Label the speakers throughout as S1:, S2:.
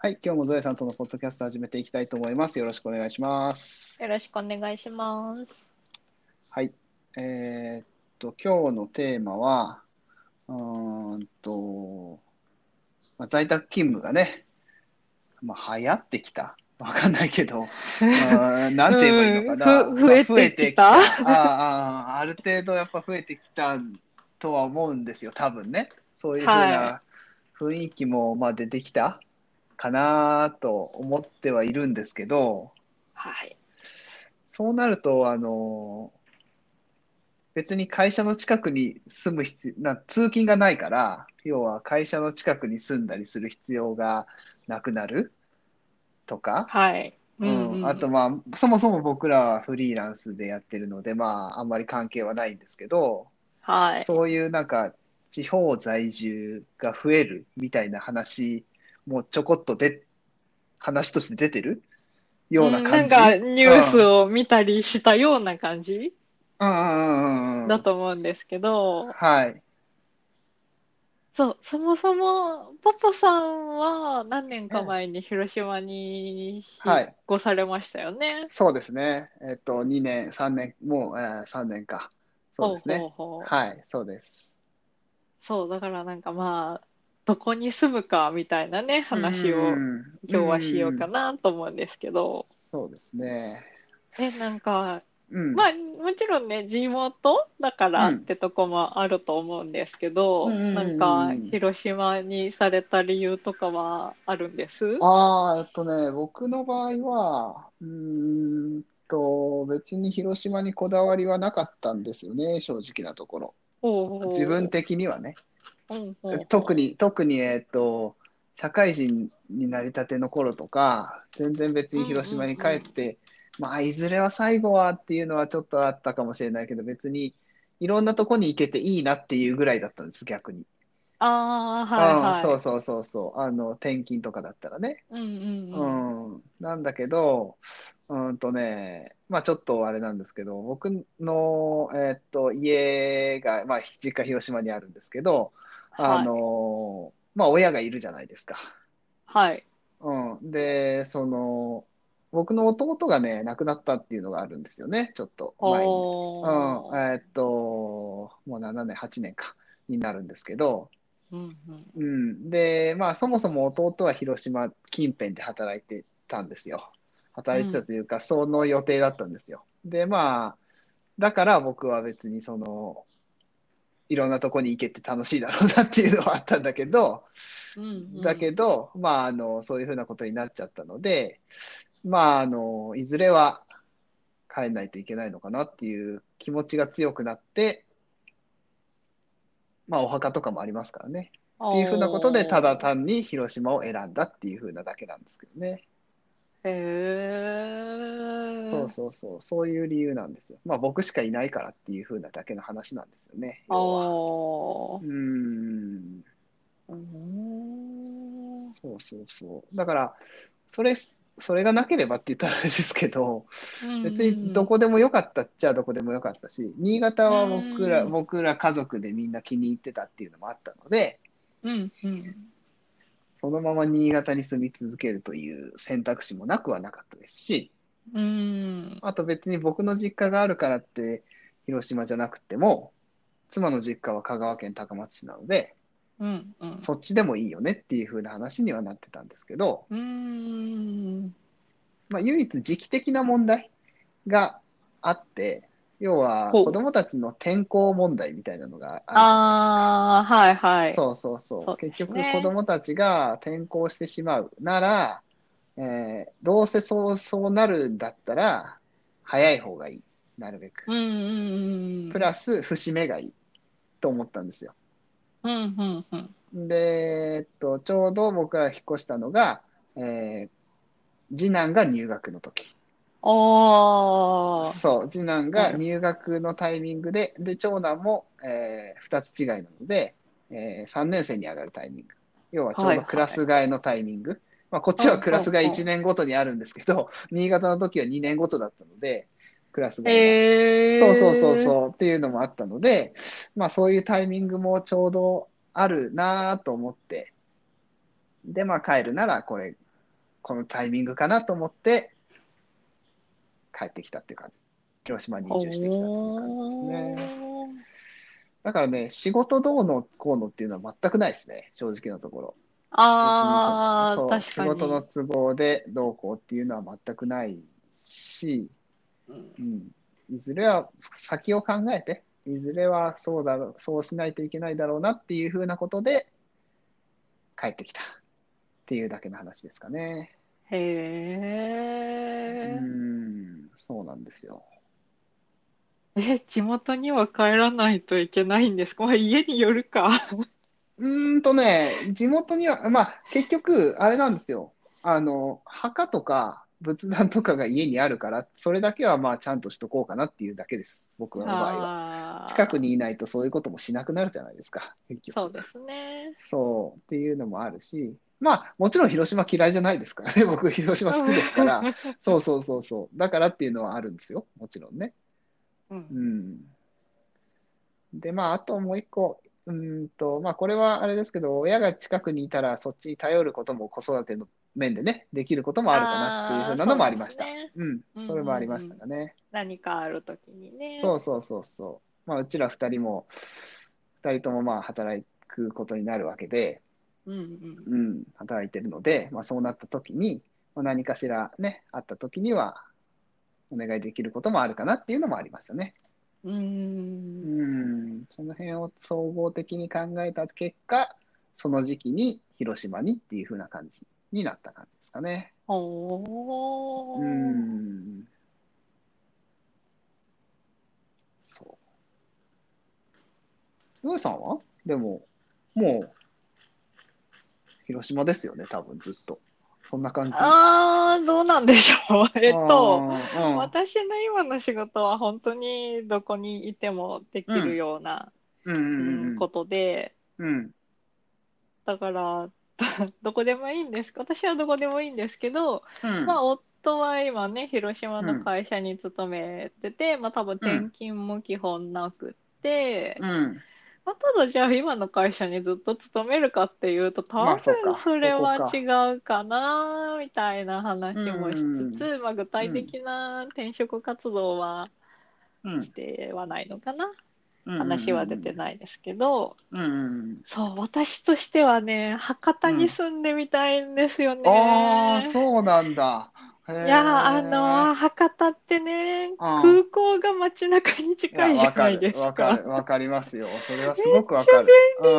S1: はい、今日もゾエさんとのポッドキャスト始めていきたいと思います。よろしくお願いします。
S2: よろしくお願いします。
S1: はい。えーっと、今日のテーマは、うーんと、まあ、在宅勤務がね、まあ、流行ってきた。わかんないけど、あーなんて言えばいいのかな。
S2: うんふ
S1: まあ
S2: 増えてきた
S1: 増えてきたあーあーある程度やっぱ増えてきたとは思うんですよ、多分ね。そういうふうな
S2: は
S1: 雰囲気もまあ出てきたかなと思ってはいるんですけど、
S2: はい。
S1: そうなると、あの、別に会社の近くに住む必要、な、通勤がないから、要は会社の近くに住んだりする必要がなくなるとか、
S2: はい。
S1: うんあと、まあ、そもそも僕らはフリーランスでやってるので、まあ、あんまり関係はないんですけど、
S2: はい。
S1: そういうなんか、地方在住が増えるみたいな話もちょこっとで、話として出てるような感じ。
S2: んなんかニュースを見たりしたような感じ
S1: うんうんうんうん。
S2: だと思うんですけど、
S1: はい。
S2: そう、そもそも、ポポさんは何年か前に広島に引
S1: はい
S2: っ越されましたよね。
S1: そうですね。えっと、2年、3年、もう、えー3年か。そうですね。
S2: ほうほうほう
S1: はい、そうです。
S2: そう、だからなんかまあ、どこに住むかみたいなね、話
S1: う
S2: を
S1: ん
S2: 今日はしようか
S1: ん
S2: なと思うんですけど、
S1: そうですね。
S2: ね、なんか、
S1: うん。
S2: まあ、もちろんね、地元だからってとこもあると思うんですけど、
S1: うん
S2: なん
S1: う
S2: か
S1: ん、
S2: 広島にされた理由とかはあるんです
S1: ああ、えっとね、僕の場合は、うーんと、別に広島にこだわりはなかったんですよね、正直なところ。
S2: ほうほう
S1: 自分的にはね。
S2: うんほうほう
S1: 特に、特に、えっと、社会人になりたての頃とか、全然別に広島に帰って、まあ、いずれは最後はっていうのはちょっとあったかもしれないけど、別に、いろんなとこに行けていいなっていうぐらいだったんです、逆に。
S2: ああ、
S1: うん
S2: はい
S1: そ
S2: は
S1: うそうそうそう。あの、転勤とかだったらね。
S2: い。うんうんうん。
S1: うん、なんだけど、うんとね、まあちょっとあれなんですけど、僕の、えーっと、家が、まあ実家広島にあるんですけど、あ
S2: はい、
S1: の、まあ親がいるじゃないですか。
S2: はい。
S1: うん。で、その、僕の弟がね、亡くなったっていうのがあるんですよね、ちょっと前に。
S2: お
S1: うん、
S2: ー
S1: えーっと、もう7年、8年か、になるんですけど、
S2: うんうん
S1: うん、で、まあ、そもそも弟は広島近辺で働いてたんですよ。働いてたというか、その予定だったんですよ。で、まあ、だから僕は別にその、いろんなとこに行けて楽しいだろうなっていうのはあったんだけど、
S2: うんうん
S1: だけど、まあ、あの、そういうふうなことになっちゃったので、まあ、あの、いずれは帰んないといけないのかなっていう気持ちが強くなって、まあ、お墓とかもありますからね。っていうふうなことで、ただ単に広島を選んだっていうふうなだけなんですけどね。
S2: へえ。
S1: そうそうそう、そういう理由なんですよ。まあ僕しかいないからっていうふうなだけの話なんですよね。要は
S2: お
S1: う
S2: ー
S1: ーん、
S2: うん
S1: そうそうそう。だから、それ、それがなければって言ったらあれですけど、別にどこでもよかったっちゃどこでもよかったし、新潟は僕ら、
S2: うん
S1: 僕ら家族でみんな気に入ってたっていうのもあったので、
S2: うんうん。
S1: そのまま新潟に住み続けるという選択肢もなくはなかったですし、
S2: うん。
S1: あと別に僕の実家があるからって広島じゃなくても、妻の実家は香川県高松市なので、
S2: うんうん。
S1: そっちでもいいよねっていう風な話にはなってたんですけど、
S2: うん。
S1: まあ、唯一時期的な問題があって、要は
S2: ほう
S1: 子供たちの転校問題みたいなのがあ
S2: ああ、はい
S1: る
S2: はい。
S1: そうそうそう。
S2: そうで
S1: 結
S2: すね
S1: 局子供たちが転校してしまうなら、えーどうせそう、そうなるんだったら、早い方がいい。なるべく。
S2: うんうんうん。
S1: プラス節目がいいと思ったんですよ。
S2: うんうんうん。
S1: で、えっと、ちょうど僕が引っ越したのが、えー次男が入学の時。
S2: おー。
S1: そう、次男が入学のタイミングで、で、長男も、え2つ違いなので、え3年生に上がるタイミング。要はちょうどクラス替えのタイミング。まあ、こっちはクラス替え1年ごとにあるんですけど、 新潟の時は2年ごとだったので、クラス替えが。
S2: えー。
S1: そうそうそうそうっていうのもあったので、まあそういうタイミングもちょうどあるなぁと思って、で、まあ帰るならこれこのタイミングかなと思って、帰ってきたっていう感じ。広島に移住してきたっていう感じですね。
S2: おー
S1: だからね、仕事どうのこうのっていうのは全くないですね、正直なところ。
S2: あ
S1: 別
S2: あ、
S1: に
S2: 確
S1: そ
S2: か
S1: う
S2: に。
S1: 仕事の都合でどうこうっていうのは全くないし、
S2: うん
S1: うん、いずれは先を考えて、いずれはそうだろう、そうしないといけないだろうなっていうふうなことで、帰ってきたっていうだけの話ですかね。
S2: へ
S1: う
S2: え。
S1: ん、そうなんですよ。
S2: え、地元には帰らないといけないんですかまあ、家によるか。
S1: うーんとね、地元には、まあ、結局、あれなんですよ。あの、墓とか仏壇とかが家にあるから、それだけはまあ、ちゃんとしとこうかなっていうだけです。僕の場合は。
S2: あー
S1: 近くにいないとそういうこともしなくなるじゃないですか、結局。
S2: そうですね。
S1: そうっていうのもあるし、まあもちろん広島嫌いじゃないですからね、僕広島好きです から、そうそうそうそう、だからっていうのはあるんですよ、もちろんね。
S2: う。
S1: うんん。で、まああともう一個、うーんと、まあこれはあれですけど、親が近くにいたらそっちに頼ることも子育ての面でね、できることもあるかなっていうふうなのもありました。
S2: あーそうですね
S1: うん、それもありましたかね。
S2: 何かあるときにね。
S1: そうそうそうそう。まあうちら二人も、二人ともまあ働くことになるわけで、
S2: うんうん。
S1: うん、働いてるので、まあ、そうなった時に、まあ、何かしらね、あった時には、お願いできることもあるかなっていうのもありましたね。
S2: うー。
S1: うんん、その辺を総合的に考えた結果、その時期に広島にっていう風な感じになった感じですかね。
S2: お
S1: う
S2: ー。
S1: ん。そう。のりさんはでも、もう、広島ですよね、多分ずっと。そんな感じ。
S2: あー、どうなんでしょう。えっと、
S1: あー、うん
S2: 私の今の仕事は本当にどこにいてもできるような、
S1: うんうん
S2: うん
S1: うん
S2: ことで、
S1: うん
S2: だから、 どこでもいいんです。私はどこでもいいんですけど、
S1: うん
S2: まあ、夫は今ね、広島の会社に勤めてて、まあ、多分転勤も基本なくって、
S1: うん
S2: まあ、ただじゃあ今の会社にずっと勤めるかっていうと、
S1: ま
S2: 多
S1: あそう
S2: 分
S1: か
S2: それは
S1: そこ
S2: 違うかな、みたいな話もしつつ、まあ、具体的な転職活動は
S1: うん
S2: してはないのかな。
S1: うん
S2: 話は出てないですけど、
S1: うんうん
S2: そう、私としてはね、博多に住んでみたいんですよね。
S1: うんああそうなんだい
S2: いやー、あのー博多ってね、空港が街中に近いじゃないです
S1: わか
S2: か。
S1: るわかりますよそれはすごくわかる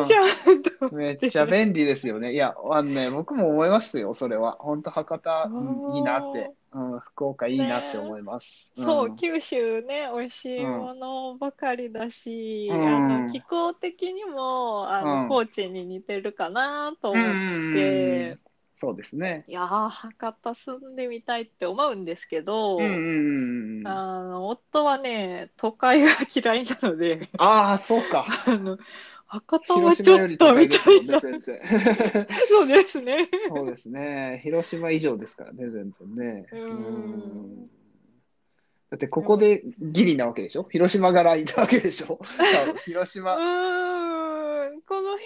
S2: いいじゃんと
S1: うんめっちゃ便利ですよねいやあのね僕も思いますよそれは本当博多うんいいなってうん福岡いいなって思いますうん
S2: そう、九州ね、美味しいものばかりだし、
S1: うん
S2: あの気候的にもあの、
S1: うん
S2: 高知に似てるかなと
S1: う
S2: 思
S1: ん
S2: っ
S1: う
S2: て、
S1: んうんそうですね
S2: いやー、博多住んでみたいって思うんですけど、
S1: うんうんうんあ
S2: あの夫はね、都会が嫌いなので、
S1: あーそうか
S2: あの博多は
S1: 広
S2: ちょ
S1: 島よ
S2: っ
S1: り
S2: と
S1: 高い
S2: み
S1: で
S2: た
S1: すも
S2: い
S1: ん
S2: な
S1: ね、全然。
S2: そうですね。
S1: そうですね。広島以上ですからね、全然ね。
S2: うーん
S1: うーんだってここでギリなわけでしょ広島がラインなわけでしょ多分広
S2: う
S1: 島。
S2: ーん、この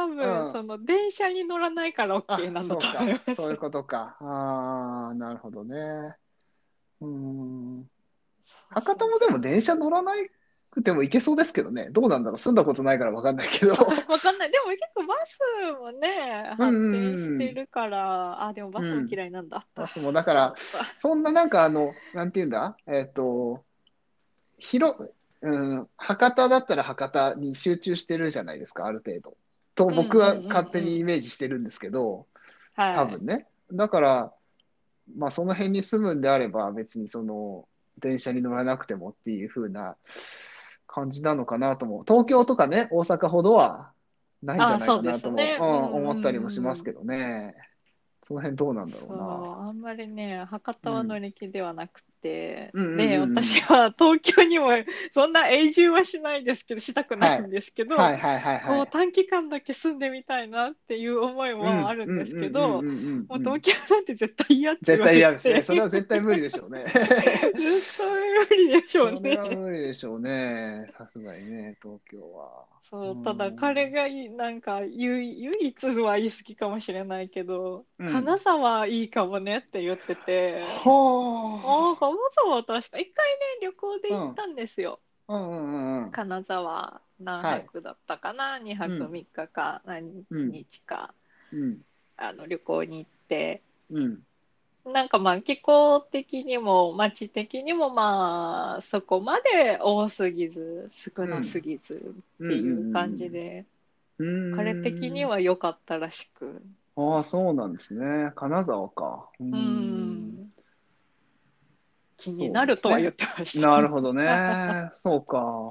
S2: 辺は多
S1: うん
S2: 分、その電車に乗らないから
S1: あ、
S2: OK なん
S1: そ
S2: だ
S1: う
S2: と思います
S1: か。そういうことか。ああ、なるほどね。うーん。博多もでも電車乗らなくても行けそうですけどね。どうなんだろう住んだことないから分かんないけど。
S2: わかんない。でも結構バスもね、
S1: うん
S2: 発
S1: うんうん
S2: 展してるから、あ、でもバスも嫌いなんだ。
S1: バスもだから、そんななんかあの、なんていうんだえっ、と、広、うん、博多だったら博多に集中してるじゃないですか、ある程度。と僕
S2: うん
S1: は
S2: うんうんうん
S1: 勝手にイメージしてるんですけど、
S2: はい。
S1: 多分ね。だから、まあその辺に住むんであれば別にその、電車に乗らなくてもっていう風な感じなのかなと思う。東京とかね、大阪ほどはないんじゃないかなとも、
S2: あそうですね
S1: う
S2: うんうんうん
S1: ん、思ったりもしますけどね。その辺どうなんだ
S2: そ
S1: ろう
S2: う、
S1: な。
S2: あんまりね、博多は乗り気ではなくて、
S1: うんうんうん
S2: で、
S1: うん
S2: 私は東京にも、そんな永住はしないですけど、したくないんですけど、
S1: はいはいはいは
S2: こう
S1: い。
S2: 短期間だけ住んでみたいなっていう思いもあるんですけど、
S1: うんうんうんうん
S2: もう
S1: うん
S2: 東京なんて絶対嫌って言
S1: 絶
S2: われ
S1: 対
S2: て
S1: 嫌ですね。それ は絶対無理でしょうね。
S2: 絶対無理でしょう
S1: それ
S2: ね。
S1: は無理でしょうね。さすがにね、東京は。
S2: そう、ただ彼がいなんか唯、唯一は言い過ぎかもしれないけど、
S1: うん
S2: 金沢いいかもねって言ってて、
S1: は
S2: ああ、金沢は確か、一回ね、旅行で行ったんですよ。
S1: あ。うんうんうん。
S2: 金沢、何泊だったかな、2泊
S1: うん
S2: 3日か、何日か、
S1: うん。
S2: あの旅行に行って、
S1: うん。
S2: なんかまあ気候的にも街的にもまあそこまで多すぎず少なすぎずっていう感じで、
S1: うん。
S2: 彼的に。は良かったらしく、
S1: ああ、そうなんですね。金沢か。う。
S2: うんん、気になるとは言ってました。
S1: なるほど ね。そうか。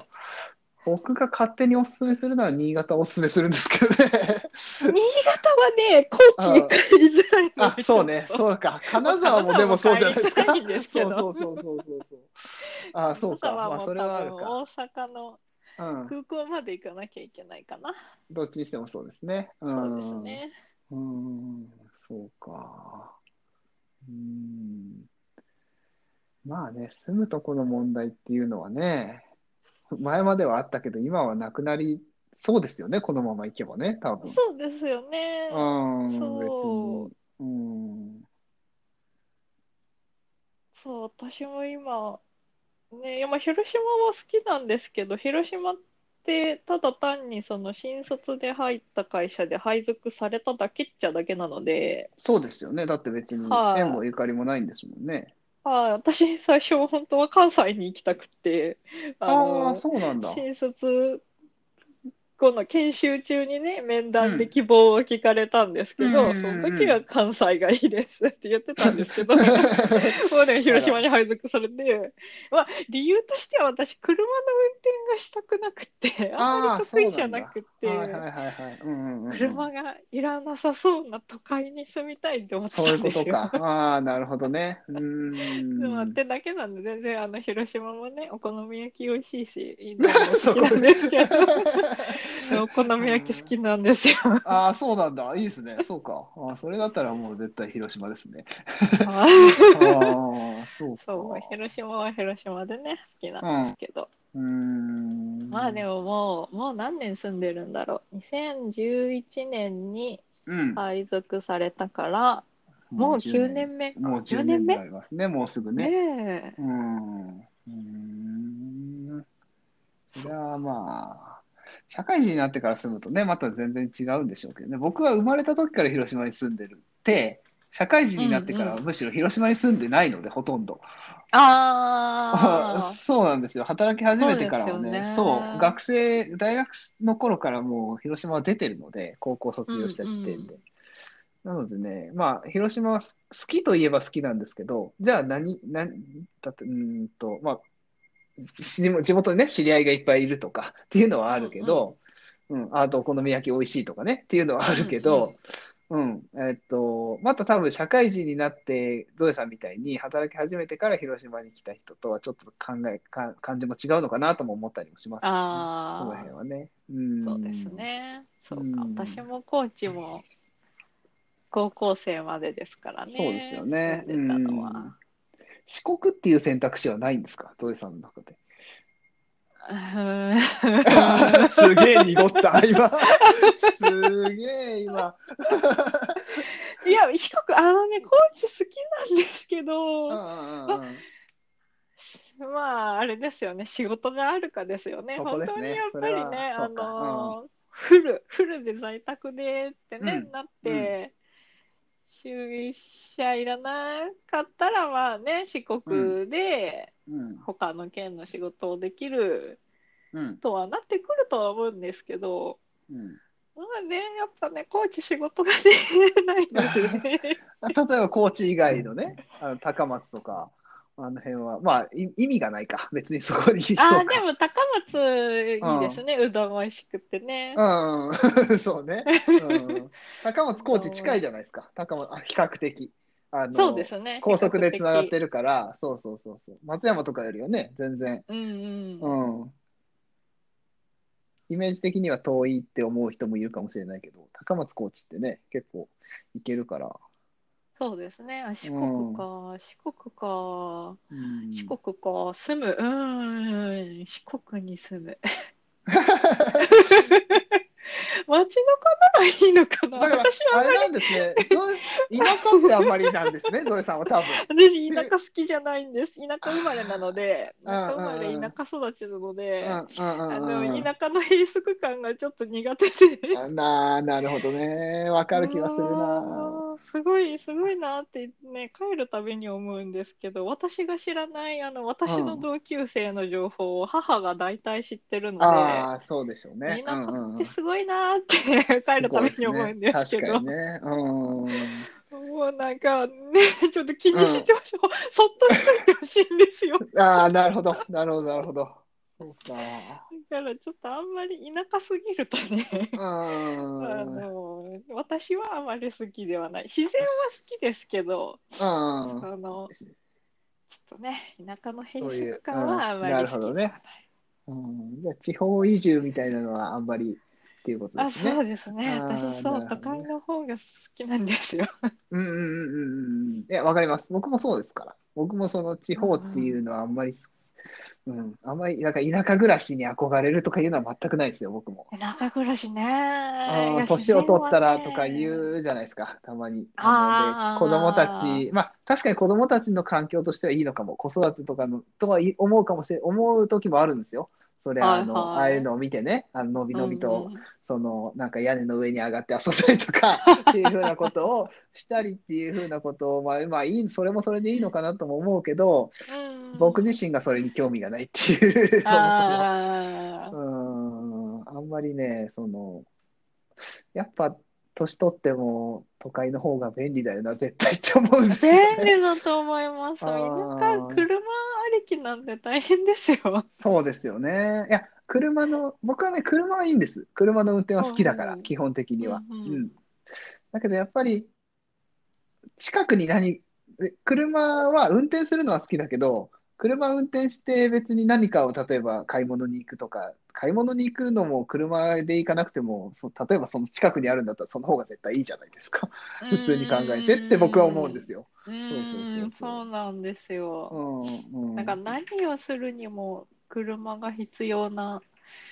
S1: 僕が勝手におすすめするなら新潟をおすすめするんですけどね。
S2: 新潟はね、高知に帰りづらいの
S1: あ、
S2: で
S1: そうね、
S2: ちょっと
S1: そうか。金沢もでもそうじゃないですか。
S2: 金沢も帰りたいんですけど
S1: そうそうそうそうそう。あ、そうか。
S2: 金沢
S1: ま
S2: も
S1: あ、それはある
S2: 多分大阪の
S1: か。うん。
S2: 空港まで行かなきゃいけないかな。
S1: どっちにしてもそうですね。
S2: そ
S1: ん
S2: うです。ね。
S1: うん、そうか。うん。まあね、住むとこの問題っていうのはね、前まではあったけど、今はなくなりそうですよね、このままいけばね、多分。
S2: そうですよね。
S1: うん、
S2: そう
S1: 別に。うん。
S2: そう、私も今、ね、まあ、広島は好きなんですけど、広島ってただ単にその新卒で入った会社で配属されただけっちゃだけなので、
S1: そうですよね。だって別に
S2: はい
S1: 縁もゆかりもないんですもんね。
S2: ああ、私最初本当は関西に行きたくって、あ
S1: ああ、
S2: の、
S1: そうなん だ。
S2: 新卒後の研修中にね、面談で希望を聞かれたんですけど、
S1: うんうん
S2: そ
S1: うんうん
S2: の時は関西がいいですって言ってたんですけ ど、もうね、広島に配属されて、まあ、理由としては私、車の運転がしたくなくて、あんまり得意じゃなくて、
S1: はいはいはいはい。うんうんうんうん
S2: 車がいらなさそうな都会に住みたいって思って
S1: そういう
S2: た
S1: んこ
S2: です
S1: と
S2: よ。
S1: か。ああ、なるほどね。うー
S2: でも
S1: ん。
S2: ってだけなんで、全然あの広島もね、お好み焼き美味しいし、 いいなも
S1: そ
S2: 好
S1: こ
S2: きなんですけど、お好み焼き好きなんですよ。
S1: ああ、そうなんだ。いいですね。そうか。ああ、それだったらもう絶対広島ですね。ああ、そうか。
S2: そう、広島は広島でね、好きなんですけど。
S1: うーん。
S2: まあでももう、もう何年住んでるんだろう。2011年に
S1: うん、
S2: 配属されたから、もう9年目か。
S1: もう10年になりますね。もうすぐ
S2: ね
S1: ね。
S2: ねえ。
S1: うん。うーん。それはまあ、社会人になってから住むとね、また全然違うんでしょうけどね。僕は生まれた時から広島に住んでるって、社会人になってからはむしろ広島に住んでないので、ほとんど。
S2: あ
S1: そうなんですよ。働き始めてからはね、
S2: そうですよ
S1: そ
S2: ね
S1: う、学生、大学の頃からもう広島は出てるので、高校卒業した時点で。なのでね、まあ、広島はす好きといえば好きなんですけど、じゃあ何、何、だって、うーんと、まあ、し地元にね、知り合いがいっぱいいるとかっていうのはあるけど、うん、あとお好み焼き美味しいとかねっていうのはあるけど、うん、えっと、また多分社会人になって、ゾエさんみたいに働き始めてから広島に来た人とはちょっと考え、か感じも違うのかなとも思ったりもします
S2: あ、
S1: ね。こ
S2: あ
S1: の
S2: あ、
S1: 辺はね。うん。
S2: そうですね。そうか、
S1: うん
S2: 私も高知も高校生までですからね。
S1: そうですよね。
S2: 住んでたのは。
S1: うん四国っていう選択肢はないんですかゾエさんの 中で。
S2: うーん
S1: すげえ濁った、 今。すげえ 今。
S2: いや、四国、あのね、高知好きなんですけ
S1: うんう
S2: ど、
S1: んうんうん
S2: まあ、あれですよね、仕事があるかですよね。
S1: そこ
S2: 本
S1: です
S2: 当に
S1: ね
S2: やっぱり
S1: それ
S2: ね、
S1: は
S2: あ
S1: そうか
S2: の、フル、フルで在宅でってね、
S1: うん
S2: なって、就社いらなかったら、まあね、四国で
S1: うん
S2: 他の県の仕事をできる。
S1: うん
S2: とはなってくるとは思うんですけど、
S1: うん
S2: まあね、やっぱね、コーチ仕事がね、ないので、
S1: 例
S2: ね、
S1: えば高知以外のね、あの高松とか、あの辺は、まあ、い意味がないか、別にそこに。そう
S2: ああ、
S1: か
S2: でも高松いいですね、うどん美味しくってね。
S1: うん、そうね。うん、高松、高知近いじゃないですか。高松、あ比較的。あの
S2: そうですね。
S1: 高速でつながっ
S2: る。
S1: てるから、そうそうそうそう。松山とかよりはね、全然、
S2: うんうん。
S1: うん。イメージ的には遠いって思う人もいるかもしれないけど、高松コーチってね、結構行けるから。
S2: そうですね。あ四国か、四国か、
S1: うん
S2: 四国か、住む、うーん、四国に 住む。 街中ならいいのかな
S1: だから
S2: 私、は
S1: あれなんですね。ゾエ田舎ってあんまりなんですね、ゾエさんは多分。
S2: 私田舎好きじゃないんです田舎生まれなので
S1: うん
S2: 田舎生まれ田舎育ちなの
S1: う
S2: であ
S1: んうんうんう
S2: の
S1: ん
S2: 田舎の閉塞感がちょっと苦手で
S1: あななるほどね。わかる気がするな。
S2: あー すごいすごいなってね帰るたびに思うんですけど私が知らないあの私の同級生の情報を母が大体知ってるので、
S1: ああ、そうでしょうね。
S2: 田舎
S1: うんうん
S2: っ
S1: うん
S2: てすごいなって 帰るたびに思うんですけど
S1: ごいですね確かにね。
S2: もうなんかねちょっと気にしてほしい、 そっとしといてほしいんですよ
S1: うん。ああ、なるほど。なるほど、なるほど。そうか。
S2: だからちょっとあんまり田舎すぎるとね、
S1: う
S2: あ
S1: ん。うん。
S2: の私はあまり好きではない自然は好きですけど、あのちょっとね田舎の閉塞感はあまり好きではない
S1: うん、じゃあ、地方移住みたいなのはあんまりっていうことで
S2: あ
S1: すね
S2: そ。うですね
S1: あー
S2: 私そ
S1: なるほどね
S2: う都会の方が好きなんですよ
S1: うんうんうんうんうん。いや、わかります。僕もそうですから。僕もその地方っていうのはあんまり、うん、あんまり、なんか田舎暮らしに憧れるとかいうのは全くないですよ、僕も。
S2: 田舎暮らしね
S1: あ
S2: い
S1: の
S2: や
S1: 年を取ったらとか
S2: 自然はね
S1: 言うじゃないですか、たまに。
S2: あー
S1: なので、子供たち、まあ、確かに子供たちの環境としてはいいのかも、子育てとかの、とはい思うかもしれ、思う時もあるんですよ。それ、あ
S2: はいは
S1: の、
S2: い
S1: ああいうのを見てね、あの、のびのびと、
S2: うんうん
S1: そのなんか屋根の上に上がって遊んだりと かっていうふうなことをしたりっていうふうなことを、まあ、まあいいそれもそれでいいのかなとも思うけど
S2: うん
S1: 僕自身がそれに興味がないっていうそも
S2: あ
S1: そ
S2: ー
S1: もうんあんまりねそのやっぱ年取っても都会の方が便利だよな絶対って思うんですよ
S2: 便
S1: ね。
S2: 利だと思います田
S1: あー
S2: 舎車ありきなんで大変ですよ
S1: そうですよね。いや車の僕はね車はいいんです車の運転は好きだか
S2: う
S1: ら
S2: んうん
S1: 基本的には。
S2: うんうん
S1: うんだけどやっぱり近くに何え車は運転するのは好きだけど車運転して別に何かを例えば買い物に行くとか買い物に行くのも車で行かなくてもそ例えばその近くにあるんだったらその方が絶対いいじゃないですか普通に考えてって僕は思うんです
S2: よ。
S1: よ。
S2: う
S1: そうそうそうそ
S2: ー、
S1: うん
S2: そうなんです
S1: う
S2: よ。
S1: んうん
S2: なんか何をするにも車が必要な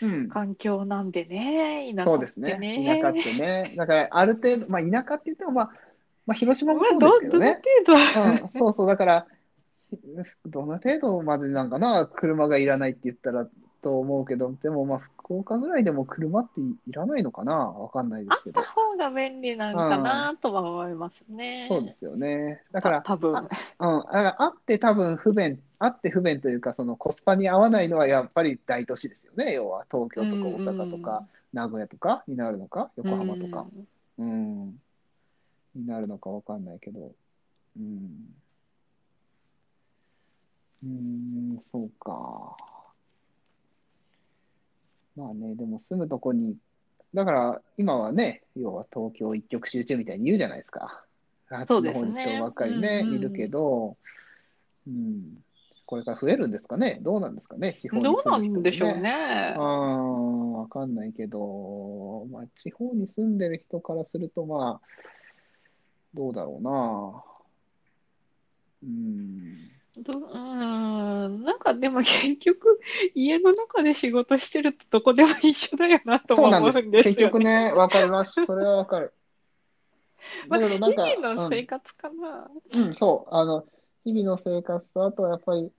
S1: うん
S2: 環境なんでね、田舎
S1: そう
S2: っ
S1: です
S2: て
S1: ね。
S2: ね。
S1: 田舎ってね。だから、ある程度、まあ、田舎って言っても、まあ、まあ、広島も
S2: まあ
S1: そう
S2: ど
S1: ですけ
S2: ど
S1: ど
S2: の
S1: ね
S2: 程。度は、
S1: うん、そうそう、だから、どの程度までなんかな、車がいらないって言ったらと思うけど、でも、まあ、福岡ぐらいでも車っていらないのかな、わかんないで
S2: あ
S1: す
S2: っ
S1: け
S2: た
S1: ど。
S2: 方が便利なんかなとは思いますね。
S1: そうですよね。だから、
S2: た多分。
S1: うん、だからあって多分不便、あって不便というか、そのコスパに合わないのはやっぱり大都市ですよね、要は東京とか大阪とか名古屋とかになるのか、
S2: うん
S1: 横
S2: うん、
S1: 浜とか。うん、になるのかわかんないけど、うん、うん、そうか。まあね、でも住むとこに、だから今はね、要は東京一極集中みたいに言うじゃないですか。あっち
S2: そ
S1: の
S2: うです
S1: 方
S2: ね
S1: に人ばっかりね、
S2: うんうん
S1: いるけど、うん、これから増えるんですかね、どうなんですかね、地方に
S2: どう
S1: 住
S2: な
S1: む人も
S2: んでしょうね
S1: あ。あ、わかんないけど、まあ、地方に住んでる人からすると、まあ、どうだろうな。うん。
S2: どうーん、なんかでも結局、家の中で仕事してるとどこでも一緒だよなと
S1: そう
S2: も
S1: なん
S2: 思
S1: で
S2: う
S1: す。
S2: ん です
S1: 結
S2: よ
S1: 局
S2: ね。
S1: ね、わかります。それはわかる。
S2: まあ、
S1: だけど、なんか、
S2: 日々の
S1: う
S2: 生
S1: ん、
S2: 活かな。
S1: うんそう、あの、日々の生活と、あとはやっぱり、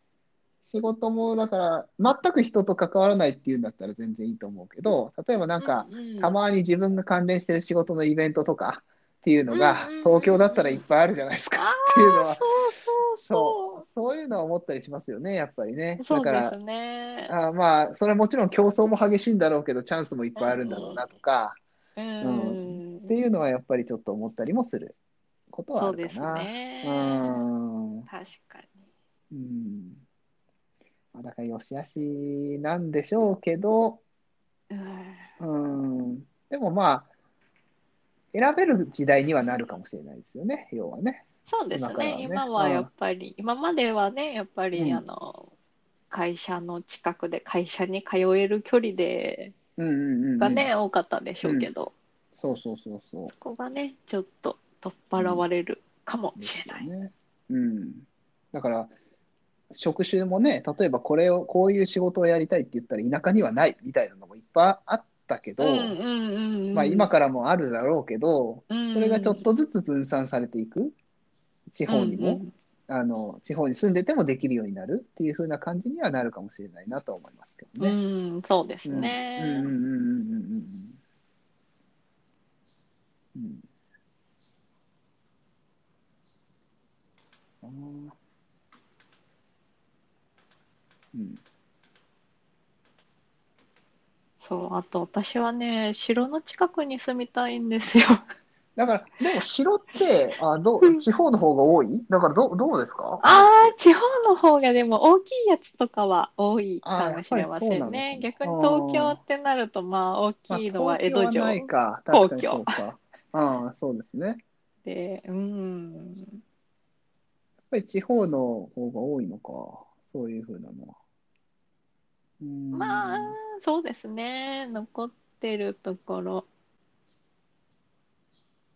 S1: 仕事も、だから、全く人と関わらないっていうんだったら全然いいと思うけど、例えばなんか、
S2: うんうん
S1: たまに自分が関連してる仕事のイベントとかっていうのが
S2: うんうんうん、
S1: 東京だったらいっぱいあるじゃないですか
S2: あ
S1: っていうの
S2: あ、
S1: は、
S2: そうそう
S1: そ、
S2: そう
S1: そういうのは思ったりしますよね、やっぱりね
S2: う。。そ
S1: だ
S2: う
S1: か
S2: で
S1: ら
S2: す、ね。
S1: あまあ、それはもちろん競争も激しいんだろうけど、チャンスもいっぱいあるんだろうなとか、
S2: う
S1: って
S2: ん。
S1: いうのはやっぱりちょっと思ったりもすることは
S2: そ
S1: あ
S2: う
S1: る
S2: で
S1: か
S2: す
S1: な。
S2: ね。
S1: うん。
S2: 確かに。
S1: うん。まあ、だから、よしあしなんでしょうけど、
S2: うん
S1: うん。でもまあ、選べる時代にはなるかもしれないですよね、要はね。
S2: そうです
S1: 今から
S2: ね
S1: はね
S2: 今はやっぱり、今まではねやっぱり、
S1: うん
S2: あの会社の近くで会社に通える距離で
S1: うんうんうんうん。
S2: がね、多かったでしょうけど、
S1: そうそうそうそう。
S2: そこがねちょっと取っ払われるかも
S1: で
S2: し
S1: す
S2: れ
S1: よ
S2: ない、
S1: ね。うん。だから、職種もね、例えばこれを、こういう仕事をやりたいって言ったら田舎にはないみたいなのもいっぱいあったけど、
S2: うんうんうんうん
S1: まあ今からもあるだろうけど、
S2: うん
S1: それがちょっとずつ分散されていく。地方にも、
S2: うんうん
S1: あの、地方に住んでてもできるようになるっていう風な感じにはなるかもしれないなとは思いますけどね。
S2: うん、そうですね。
S1: うんうんうんうんうんうんうん。あーうん。
S2: そう、あと私はね、城の近くに住みたいんですよ。
S1: だから、でも城って、あ、どう、地方の方が多いだから、どう、どうですか
S2: あ あ、地方の方がでも大きいやつとかは多いかもしれませ
S1: あーやっぱりそ
S2: ん
S1: うなの
S2: ね。
S1: か
S2: 逆に東京ってなると、まあ大
S1: まあ
S2: きいのは江戸
S1: 東京
S2: 城
S1: はないか。
S2: 皇居
S1: 確かにそうか。ああ、そうですね。やっ
S2: で、うん。
S1: ぱり地方の方が多いのか。そういう風なのは。うーん。
S2: まあ、そうですね。残ってるところ。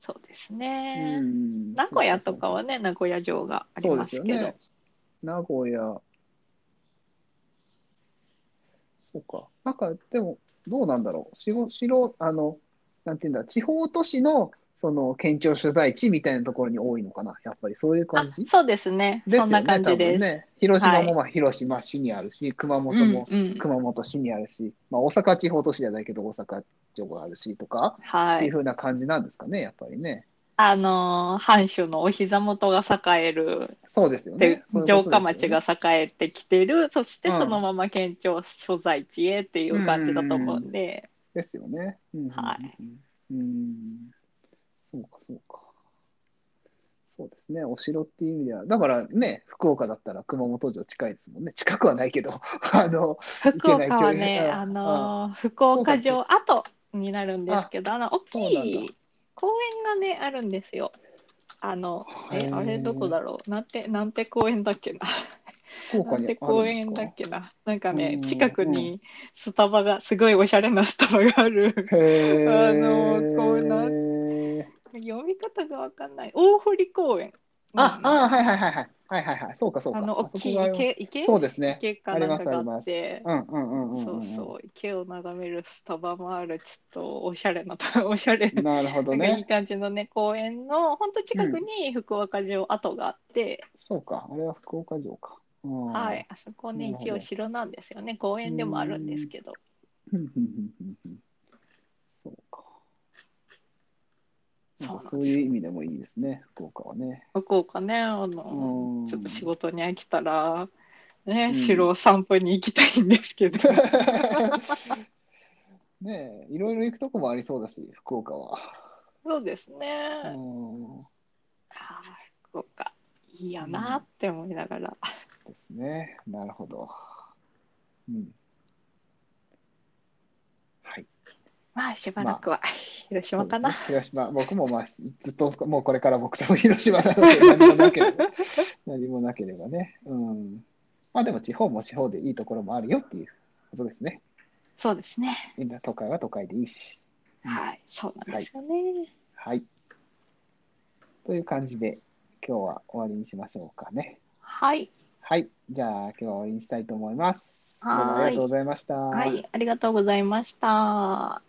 S2: そうですね。
S1: ん
S2: 名古屋とかはね、名古屋城がありますけど。。
S1: 名古屋。そうか。なんか、でも、どうなんだろう。しろ、しろ、あの、なんていうんだ、地方都市の、その、県庁所在地みたいなところに多いのかな。やっぱりそういう
S2: あ
S1: 感じ
S2: そうですね。
S1: です
S2: そ
S1: よ
S2: ん
S1: ね、
S2: な感じ
S1: 多分
S2: です。
S1: ね。広島
S2: はい
S1: も、まあ、広島市にあるし、熊
S2: う
S1: 本
S2: ん
S1: も、
S2: うん、
S1: 熊本市にあるし、まあ、大阪地方都市じゃないけど、大阪城があるしとか、っ
S2: は
S1: ていう
S2: い。
S1: 風な感じなんですかね、やっぱりね。
S2: あのー藩主のお膝元が栄える、
S1: そうですよ
S2: で
S1: ね。そういう
S2: 城
S1: ことです
S2: 下
S1: よね
S2: 町が栄えてきてる、そして
S1: うん
S2: そのまま県庁所在地へっていう感じだと思うんで、
S1: ですよね。うん
S2: はい。
S1: うん。そうか、そうか。そうですね。お城っていう意味では、だからね、福岡だったら熊本城近いですもんね。近くはないけど、 あの、
S2: 福岡はね、
S1: いけない距離
S2: あのー福岡城跡になるんですけど、あの、大き
S1: そうなん
S2: い公園がね、あるんですよ。あの、
S1: へ
S2: え、
S1: ー
S2: あれどこだろうなんて、なんて公園だっけな。
S1: 福岡
S2: なん
S1: にあるんで
S2: です
S1: か
S2: 公園だっけな。なんかね
S1: う、ん
S2: 近くにスタバが、すごいおしゃれなスタバがある。
S1: へー
S2: あのこうな読み方がわかんない。大堀公園。
S1: あ、
S2: うん
S1: あ、はいはいはいはい。はいはいはい。そうか、そうか。
S2: あの、大きい
S1: あそこがあります
S2: 池、池
S1: そうですね。
S2: 池かなんかがあって。
S1: うんうんうんうんうん。
S2: そうそう、池を眺めるスタバもある、ちょっとおしゃれな と、おしゃれな、
S1: なるほど
S2: なんかいい
S1: ね。
S2: 感じのね、公園の、ほんと近くに福岡城跡があって、
S1: そうか。あれは福岡城か。うん
S2: はい、。あそこね、
S1: なるほ
S2: 一
S1: ど
S2: 応城なんですよね、公園でもあるんですけど。
S1: ふんふんふんふんふんそうか。
S2: そう
S1: なんか
S2: なん
S1: そういう意味でもいいですね、福岡はね。
S2: 福岡ね、あの
S1: う、ん
S2: ちょっと仕事に飽きたら、
S1: うん
S2: ね、城を散歩に行きたいんで すけど。
S1: ねえ、いろいろ行くとこもありそうだし、福岡は。
S2: そうです
S1: うん、
S2: ね。あー福岡、いいやなって思いながら。
S1: ですね、なるほど。うん。はい。
S2: まあ、しばらくは、広島かな。
S1: そうですね広島、僕もまあ、ずっと、もうこれから僕と広島なので、 何もなければ、何もなければね。うん。まあでも、地方も地方でいいところもあるよっていうことですね。
S2: そうですね。
S1: みんな都会は都会でいいし。うん
S2: はい、そうなんですよね。
S1: はい。という感じで、今日は終わりにしましょうかね。
S2: はい、
S1: はい。じゃあ、今日は終わりにしたいと思います。
S2: はーい
S1: どうもありがとうございました。
S2: はい、ありがとうございました。